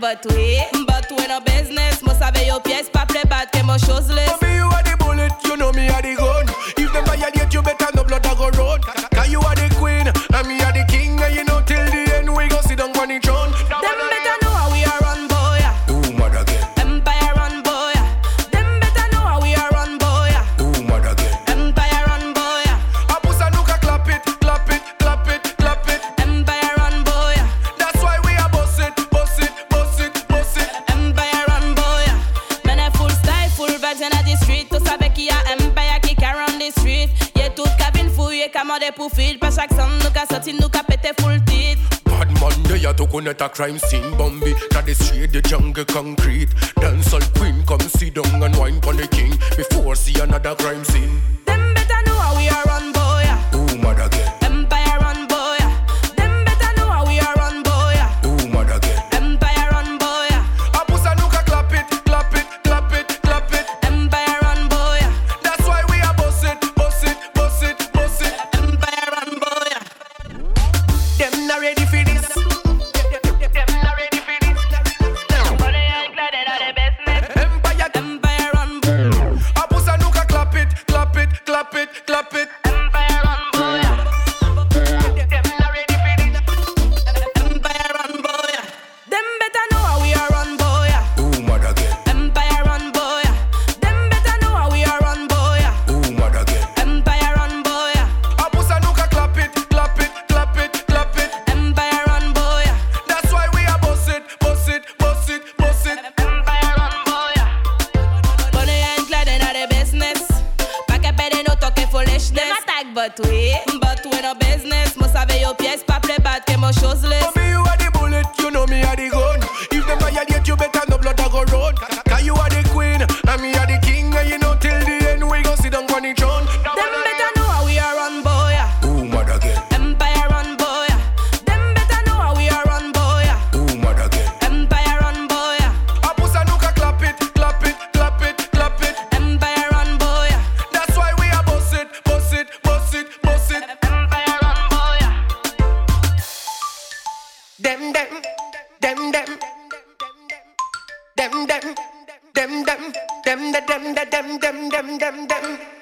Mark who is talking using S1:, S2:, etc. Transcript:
S1: batwe Mbatwe nan business, mwen save yo piyes pa ple bat ke mwen chosles
S2: Mommy, you are the bullet, you know me are the gun. If them violate you, better no blood I go road. Ca- Cause you are the queen, and me are the king, and you know till the end we go sit down on the throne.
S1: Dem beta nou a we a run boy ya
S2: Ooh, mad again.
S1: Empire run boy ya Dem beta nou a we a run boy ya
S2: Ooh, mad again.
S1: Empire run boy ya
S2: A pussy no can clap it, clap it, clap it, clap it.
S1: Empire run boy ya
S2: That's why we are boss it, boss it, boss it, boss it.
S1: Empire run boy ya Men e full style, full vibes in a di street Tou sabe ki a empire ki ka run di street Ye tout ka vin fouye, ka mode pou feed Pa chak san nou ka soti, nou ka pete full tit
S2: Bad man, they are to connect a crime scene Bambi, that is straight the jungle concrete Dancehall queen, come sit down and wine pon the king Before see another crime scene
S1: Dem beta nou a we a run boy ya
S2: Ooh, mad again,
S1: Empire run boy ya Dem beta nou a we a run boy ya
S2: ooh, mad again
S1: Empire run boy ya
S2: A pussy no can clap it, clap it, clap it, clap it
S1: Empire run boy ya
S2: That's why we are boss it, boss it, boss it, boss it
S1: Empire run boy ya
S2: Them not ready for this Them not ready for this
S1: Bode ya iklade na de business
S2: Empire,
S1: Empire run boy
S2: a pussy no can clap it, clap it, clap it, clap it
S1: Empire run boy ya
S2: Them not ready for this
S1: Empire run boy ya Dem beta nou a we a run boy ya
S2: Ooh, mad again,
S1: Empire run boy ya Dem beta nou a we a run boy ya
S2: ooh, mad again
S1: Empire run boy ya
S2: A pussy no can clap it, clap it, clap it, clap it.
S1: Empire run boy ya
S2: That's why we are boss it, boss it, boss it, boss it.
S1: Empire run boy ya Bode ya iklade na de business Pa ke pede nou toke foolishness Dem atak botwe Botwe nou business Mou save yo piyes pa ple bat ke mou chosles
S2: For me you are the bullet, you know me are the gun. If them violate you, better no blood I go road. Ca- Cause you are the queen, and me are the king, and you know till the end we go sit down on the throne.
S1: Dem beta nou a we a run boy ya
S2: Ooh, mad again.
S1: Empire run boy ya Dem beta nou a we a run boy ya
S2: Ooh, mad again.
S1: Empire run boy ya
S2: A pussy no can clap it, clap it, clap it, clap it.
S1: Empire run boy ya
S2: That's why we are boss it, boss it, boss it, boss it.
S1: Empire run boy ya
S2: Dem dem dem dem dem dem dem dem dem dem dem dem dem dem dem dem